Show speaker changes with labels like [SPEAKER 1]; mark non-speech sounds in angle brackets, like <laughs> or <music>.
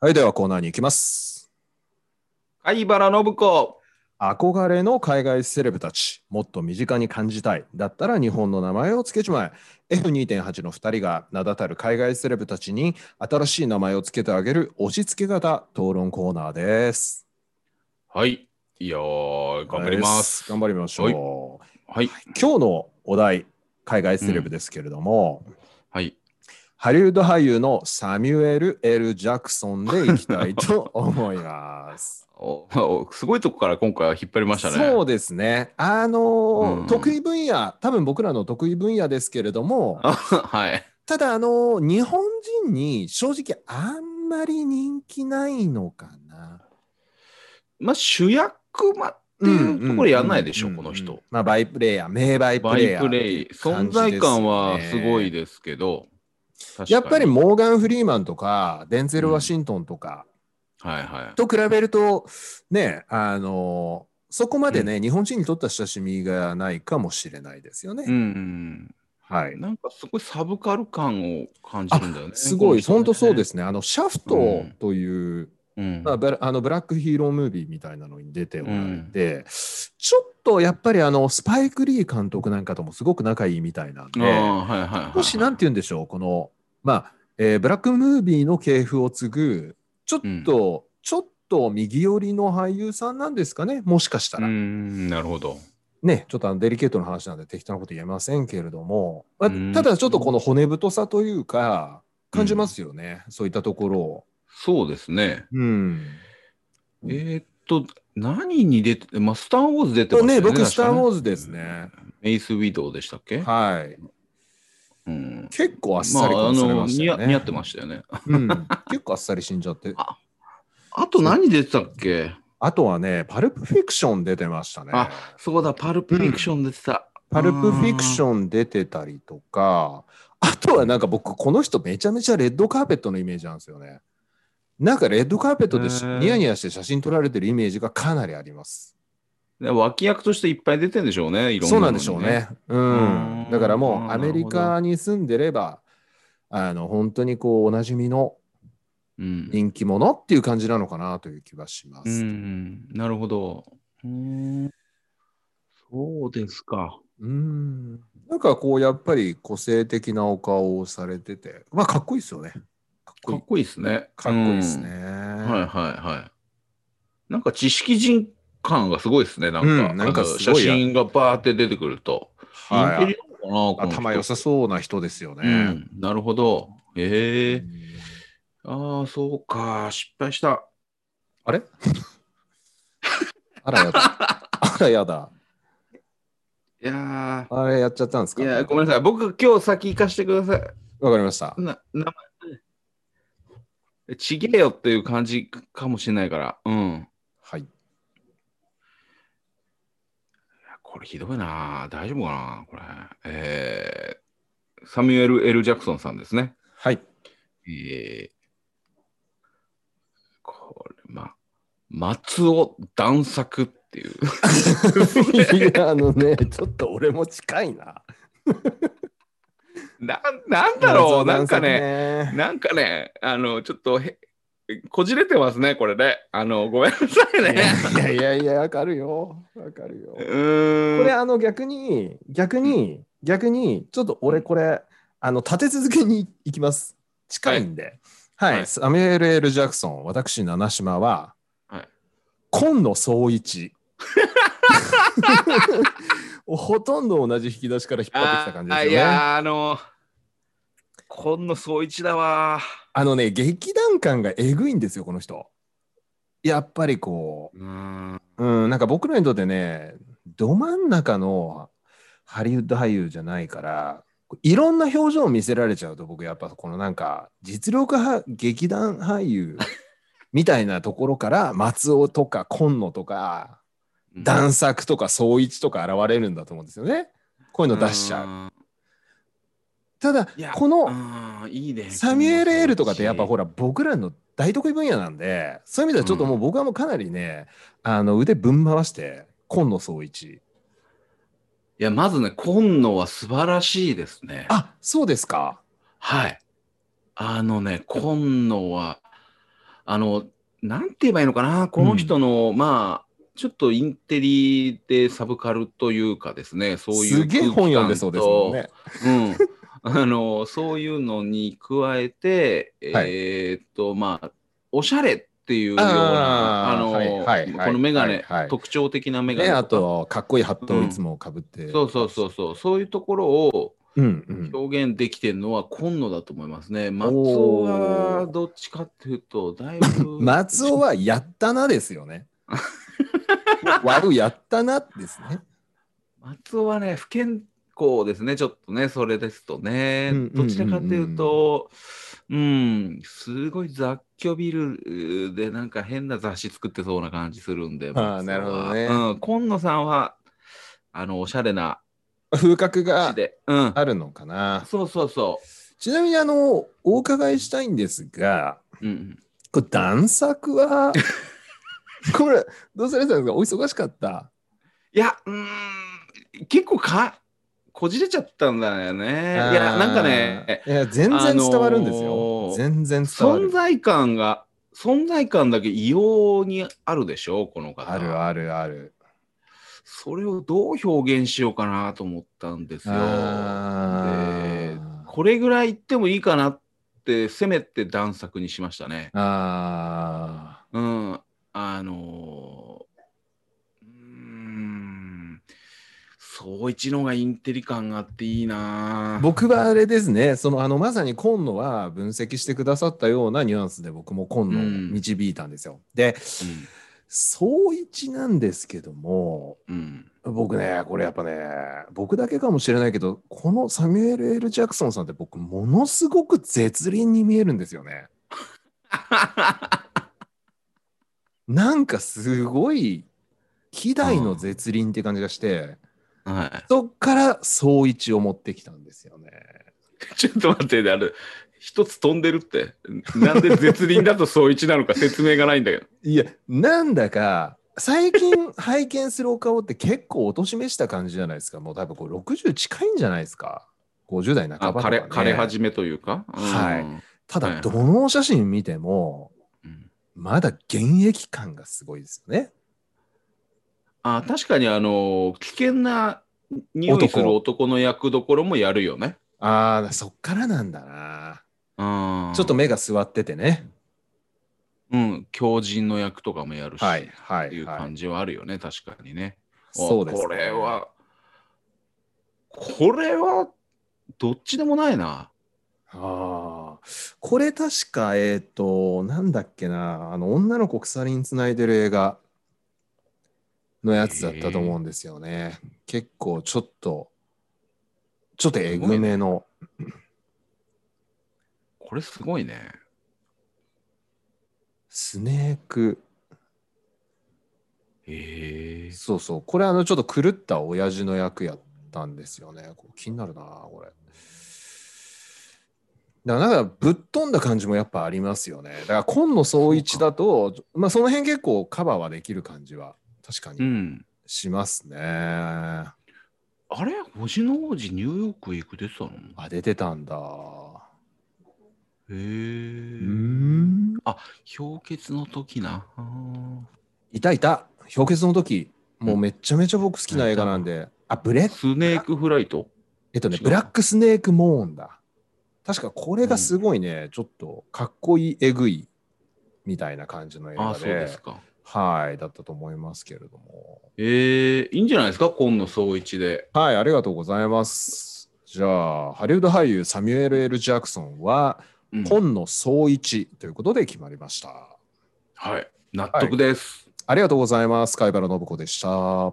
[SPEAKER 1] はい、ではコーナーに行きます。
[SPEAKER 2] 貝原信子。
[SPEAKER 1] 憧れの海外セレブたち、もっと身近に感じたい。だったら日本の名前を付けちまえ。F2.8 の2人が名だたる海外セレブたちに新しい名前を付けてあげる押し付け型討論コーナーです。
[SPEAKER 2] はい。いやー、頑張ります。
[SPEAKER 1] はい頑張りましょう。
[SPEAKER 2] はい。
[SPEAKER 1] 今日のお題、海外セレブですけれども、
[SPEAKER 2] はい。
[SPEAKER 1] ハリウッド俳優のサミュエル・ L ・ジャクソンでいきたいと思います。
[SPEAKER 2] おおすごいとこから今回は引っ張りましたね。
[SPEAKER 1] そうですね。あのー
[SPEAKER 2] うん
[SPEAKER 1] 得意分野、多分僕らの得意分野ですけれども、
[SPEAKER 2] あ <laughs> はい。
[SPEAKER 1] ただ、あのー日本人に正直あんまり人気ないのかな。
[SPEAKER 2] まあ、主役まっていうところやんないでしょ、この人。。
[SPEAKER 1] まあ、バイプレイヤー、名バイプ
[SPEAKER 2] バ
[SPEAKER 1] レイ
[SPEAKER 2] イ
[SPEAKER 1] ヤー。
[SPEAKER 2] プレイ、存在感はすごいですけど、確かに
[SPEAKER 1] やっぱり、モーガン・フリーマンとか、デンゼル・ワシントンとか、
[SPEAKER 2] はいは
[SPEAKER 1] と比べると、ね、あのーそこまでね、日本人にとっては親しみがないかもしれないですよね。
[SPEAKER 2] い。うん
[SPEAKER 1] は
[SPEAKER 2] う
[SPEAKER 1] い
[SPEAKER 2] ん。。なんかすごいサブカル感を感じるんだよね。。
[SPEAKER 1] すごい、本当そうですすね。あの、シャフトという、
[SPEAKER 2] うん
[SPEAKER 1] まあブラあのブラックヒーロームービーみたいなのに出ておられて、ちょっとやっぱりあの、スパイク・リー監督なんかともすごく仲いいみたいなん
[SPEAKER 2] あー
[SPEAKER 1] で、
[SPEAKER 2] はいはいはい。
[SPEAKER 1] 少しなんて言うんでしょう、この、まあ、えーブラックムービーの系譜を継ぐ、ちょっと、ちょっと右寄りの俳優さんなんですかね、もしかした
[SPEAKER 2] う
[SPEAKER 1] ら。
[SPEAKER 2] ん、なるほど。
[SPEAKER 1] ね、ちょっとあのデリケートな話なんで適当なこと言えませんけれども、まあ
[SPEAKER 2] うん
[SPEAKER 1] ただちょっとこの骨太さというか、感じますよね、そういったところを。
[SPEAKER 2] そうですね。
[SPEAKER 1] うん。
[SPEAKER 2] えーっと、何に出て、まあ、スター・ウォーズ出て
[SPEAKER 1] と
[SPEAKER 2] ますよ
[SPEAKER 1] ね、
[SPEAKER 2] ね。
[SPEAKER 1] 僕、スター・ウォー
[SPEAKER 2] ズ
[SPEAKER 1] ズですね。
[SPEAKER 2] メイス・ウィドウでしたっけ
[SPEAKER 1] はい。
[SPEAKER 2] うん。
[SPEAKER 1] 結構あっ
[SPEAKER 2] まあ、
[SPEAKER 1] さり
[SPEAKER 2] あ
[SPEAKER 1] 殺され
[SPEAKER 2] の、
[SPEAKER 1] ました
[SPEAKER 2] 似合
[SPEAKER 1] よ
[SPEAKER 2] 似合
[SPEAKER 1] ね
[SPEAKER 2] っ。てましたよね。
[SPEAKER 1] うん結構あっさり死んじゃって。
[SPEAKER 2] ああと何出てたっけ
[SPEAKER 1] あとはね、パルプフィクション出てましたね。
[SPEAKER 2] あそうだ、パルプ・フィクション出てた。
[SPEAKER 1] パルプフィクション出てたりとか、あとはなんか僕、この人めちゃめちゃレッドカーペットのイメージなんですよね。なんかレッドカーペットでし
[SPEAKER 2] へー
[SPEAKER 1] ニヤニヤして写真撮られてるイメージがかなりあります。
[SPEAKER 2] で脇役としていっぱい出てんでしょうね、いろんな
[SPEAKER 1] そうな
[SPEAKER 2] の
[SPEAKER 1] ん
[SPEAKER 2] に
[SPEAKER 1] でしょう。ね。うん。
[SPEAKER 2] うん
[SPEAKER 1] だから
[SPEAKER 2] う
[SPEAKER 1] も
[SPEAKER 2] ん
[SPEAKER 1] うアメリカに住んでれば、あの、本当にこう、おなじみの
[SPEAKER 2] うん。
[SPEAKER 1] 人気者っていう感じなのかなという気がしま
[SPEAKER 2] う
[SPEAKER 1] す。
[SPEAKER 2] ん、なるほど。うんそうですか。
[SPEAKER 1] うん。なんかこう、やっぱり個性的なお顔をされてて、まあ、かっこいいですよね。かっこ
[SPEAKER 2] か
[SPEAKER 1] いい
[SPEAKER 2] っ。こいいですね。
[SPEAKER 1] かっこいいですね。
[SPEAKER 2] うんはいはいはい。なんか知識人感がすごいですね。なんか、
[SPEAKER 1] うんなんか
[SPEAKER 2] あの
[SPEAKER 1] す
[SPEAKER 2] 写
[SPEAKER 1] ごいや
[SPEAKER 2] 真がバーって出てくると。インテリなのかな
[SPEAKER 1] 頭良さ
[SPEAKER 2] そ
[SPEAKER 1] そうな人ですよ
[SPEAKER 2] う
[SPEAKER 1] ね。
[SPEAKER 2] ん、なるほど。ええああ、そうか。失敗した。
[SPEAKER 1] あれあらやだ。あらやだ。
[SPEAKER 2] いや
[SPEAKER 1] あれやっちゃったんです
[SPEAKER 2] ー。
[SPEAKER 1] か
[SPEAKER 2] いやー、ごめんなさい。僕、今日先行かしてください。
[SPEAKER 1] わかりました。
[SPEAKER 2] な、名前。ちげえよっていう感じかもしれないから。うん。い
[SPEAKER 1] はい。
[SPEAKER 2] やこれひどいな。大丈夫かなこれ。えー、サミュエル・ L ・ジャクソンさんですね。 <laughs>
[SPEAKER 1] はい。
[SPEAKER 2] えー、これ、ま、松尾段作っていう。
[SPEAKER 1] いや、あのね、ちょっと俺も近いな。
[SPEAKER 2] <laughs> な、なんだろう、なんかね。
[SPEAKER 1] ね。
[SPEAKER 2] なんかね、あの、ちょっとへ、こじれてますね、これね。あの、ごめんなさいね。
[SPEAKER 1] いやいやいや、わかるよ。わかるよ。
[SPEAKER 2] うーん。
[SPEAKER 1] これ、あの、逆に、逆に、逆に、ちょっと俺、これ、あの、立て続けにいきます。近いんで。はい。
[SPEAKER 2] はい
[SPEAKER 1] サミュエル・ L ・ジャクソン、私、七島は、
[SPEAKER 2] はい
[SPEAKER 1] 今野総一。 <laughs> ほとんど同じ引き出しから引っ張ってきた感じ
[SPEAKER 2] あ
[SPEAKER 1] です
[SPEAKER 2] い
[SPEAKER 1] よね。あ
[SPEAKER 2] やー、あの、今野総一だわ
[SPEAKER 1] のね、劇団感がえぐいんですよ、この人。やっぱりこ
[SPEAKER 2] ー。うーん。
[SPEAKER 1] う、うん、なんか僕らにとってね、ど真ん中のハリウッド俳優じゃないから、いろんな表情を見せられちゃうと、僕やっぱこのなんか、実力派劇団俳
[SPEAKER 2] <laughs>
[SPEAKER 1] 優みたいなところから、松尾とか今野とか、
[SPEAKER 2] ン
[SPEAKER 1] 段作とか総一とか現れるんだと思うんですよね。こういうの出しちゃう。
[SPEAKER 2] う
[SPEAKER 1] ただ
[SPEAKER 2] いや、
[SPEAKER 1] この
[SPEAKER 2] ーん。いいね。
[SPEAKER 1] サミュエル・エールとかってやっぱほ
[SPEAKER 2] ら。
[SPEAKER 1] ら僕らの大得意分野なんで、そういう意味ではちょっともう僕はもうかなりね、あの腕ぶん回して、今野総一。
[SPEAKER 2] いや、まずね、今野は素晴らしいですね。
[SPEAKER 1] あ、そうですか。
[SPEAKER 2] はい。あのね、今野は、あの、なんて言えばいいのかな、この人の、まあ、ちょっとインテリでサブカルというかですね、そういう
[SPEAKER 1] すげえ本読んでそうですもん
[SPEAKER 2] ね。
[SPEAKER 1] ね。
[SPEAKER 2] うん、 <laughs> あのそういうのに加えて、
[SPEAKER 1] はい
[SPEAKER 2] えーっとまあおしゃれっていうよう
[SPEAKER 1] あ
[SPEAKER 2] な
[SPEAKER 1] ー
[SPEAKER 2] あの、
[SPEAKER 1] はいはいはい
[SPEAKER 2] このメガネ、
[SPEAKER 1] はいはい
[SPEAKER 2] 特徴的なメガネ
[SPEAKER 1] ね、あ
[SPEAKER 2] と
[SPEAKER 1] と、かっこいいハットをいつもかぶって、
[SPEAKER 2] かそうそうそうそうそういうところを
[SPEAKER 1] うんうん。
[SPEAKER 2] 表現できてるのは今野だと思いますね松尾
[SPEAKER 1] おー
[SPEAKER 2] はどっちかっていうとだい
[SPEAKER 1] <laughs>
[SPEAKER 2] ぶ
[SPEAKER 1] 松尾はやったなですよ
[SPEAKER 2] <laughs>
[SPEAKER 1] ね。悪いやったなですね。
[SPEAKER 2] 松尾はね不健康ですねちょっとねそれですとね、
[SPEAKER 1] うんうんうんうん
[SPEAKER 2] どちらかというとうんすごい雑居ビルでなんか変な雑誌作ってそうな感じするんで松尾は
[SPEAKER 1] なるほどね
[SPEAKER 2] うん、今野さんはあのおしゃれな
[SPEAKER 1] 風格
[SPEAKER 2] 字
[SPEAKER 1] が
[SPEAKER 2] でうん
[SPEAKER 1] あるのかな。
[SPEAKER 2] そうそうそ
[SPEAKER 1] ちなみに、あの、お伺いしたいんですが、
[SPEAKER 2] う、うん、
[SPEAKER 1] これ、段作
[SPEAKER 2] <laughs>
[SPEAKER 1] は、これ、どうされてたんですかお忙しかった。
[SPEAKER 2] いやうーん結構かこじれちゃったんだよねいやなんかね
[SPEAKER 1] あー。いや、全然伝わるんですよ。
[SPEAKER 2] あのー
[SPEAKER 1] 全然伝わ
[SPEAKER 2] 存
[SPEAKER 1] る。
[SPEAKER 2] 在感が存在感だけ異様にあるでしょこの方
[SPEAKER 1] あるあるある。
[SPEAKER 2] それをどう表現しようかなと思ったんですよ。
[SPEAKER 1] あ
[SPEAKER 2] で
[SPEAKER 1] ー
[SPEAKER 2] これぐらい言ってもいいかなってせめて段作にしましたね。
[SPEAKER 1] あ
[SPEAKER 2] うん、あのーうーん総一の方がインテリ感があっていいな
[SPEAKER 1] ー。僕はあれですね、そのあのまさに今野は分析してくださったようなニュアンスで僕も今野を導いたんですよ。で、総一なんですけども、
[SPEAKER 2] うん、うん
[SPEAKER 1] 僕ね、これやっぱね、僕だけかもしれないけど、このサミュエル・ L ・ジャクソンさんって僕、ものすごく絶倫に見えるんですよね。なんかすごい、希代の絶倫って感じがして、
[SPEAKER 2] は
[SPEAKER 1] そっから総一を持ってきたんですよね。
[SPEAKER 2] い、 <laughs> ちょっと待って、あれ一つ飛んでるってなんで絶倫だと総一なのか説明がないんだけど。
[SPEAKER 1] いや、なんだか、最
[SPEAKER 2] <laughs>
[SPEAKER 1] 近拝見するお顔って結構おとしめした感じじゃないですか。もう多分こう60近いんじゃないですか。50代半ば
[SPEAKER 2] あ
[SPEAKER 1] とか、
[SPEAKER 2] 枯
[SPEAKER 1] ね
[SPEAKER 2] れ。枯れ始めというか。
[SPEAKER 1] はい
[SPEAKER 2] うん
[SPEAKER 1] た
[SPEAKER 2] はい
[SPEAKER 1] だ、
[SPEAKER 2] はい
[SPEAKER 1] どのお写真見ても、
[SPEAKER 2] うん
[SPEAKER 1] まだ現役感がすごいですよね。
[SPEAKER 2] あ確かにあの危険な匂い
[SPEAKER 1] 男
[SPEAKER 2] する男の役どころもやるよね。
[SPEAKER 1] ああ、そっからなんだな。
[SPEAKER 2] あー
[SPEAKER 1] ちょっと、目が座っててね。
[SPEAKER 2] うん、狂人の役とかもやるし、
[SPEAKER 1] はい、は
[SPEAKER 2] って
[SPEAKER 1] い、
[SPEAKER 2] いう
[SPEAKER 1] はい。
[SPEAKER 2] 感じはあるよね、確かにね。あ
[SPEAKER 1] そうです、
[SPEAKER 2] これ。は、これは、どっちでもないな。
[SPEAKER 1] ああ。これ確か、えっ、と、なんだっけな、あの、女の子鎖につないでる映画のやつだったと思うんですよね。結構、ちょっと、ちょっとえぐめの。
[SPEAKER 2] これすごいね。
[SPEAKER 1] スネーク。
[SPEAKER 2] えー、
[SPEAKER 1] そうそう。これ、あの、ちょっと狂った親父の役やったんですよね。こう気になるな、これ。だからなんかぶっ飛んだ感じもやっぱありますよね。だから今野総一だと、まあその辺結構カバーはできる感じは確か
[SPEAKER 2] う
[SPEAKER 1] に
[SPEAKER 2] ん。
[SPEAKER 1] しますね。あ、
[SPEAKER 2] あれ星の王子ニューヨークへ行く出てたの
[SPEAKER 1] 出てたんだ。
[SPEAKER 2] へ
[SPEAKER 1] う
[SPEAKER 2] え
[SPEAKER 1] ーん。
[SPEAKER 2] 氷結の時な。あー
[SPEAKER 1] いたいた。氷結の時、もうめちゃめちゃ僕好きな映画なんで。あ、ブレッ
[SPEAKER 2] スネークフライト
[SPEAKER 1] えっとね、
[SPEAKER 2] 違う
[SPEAKER 1] ブラックスネークモーンだ。確かこれがすごいね、ちょっとかっこいい、えぐいみたいな感じの映
[SPEAKER 2] あ
[SPEAKER 1] 画
[SPEAKER 2] あ、
[SPEAKER 1] で
[SPEAKER 2] そうですか。
[SPEAKER 1] はい、だったと思いますけれども。
[SPEAKER 2] ええいいんじゃないですか、今野総一で。
[SPEAKER 1] はい、ありがとうございます。じゃあ、ハリウッド俳優サミュエル・ L ・ジャクソンは、
[SPEAKER 2] うん
[SPEAKER 1] 本野総一ということで決まりました。
[SPEAKER 2] はい、納得です。
[SPEAKER 1] ありがとうございます。貝原信子でした。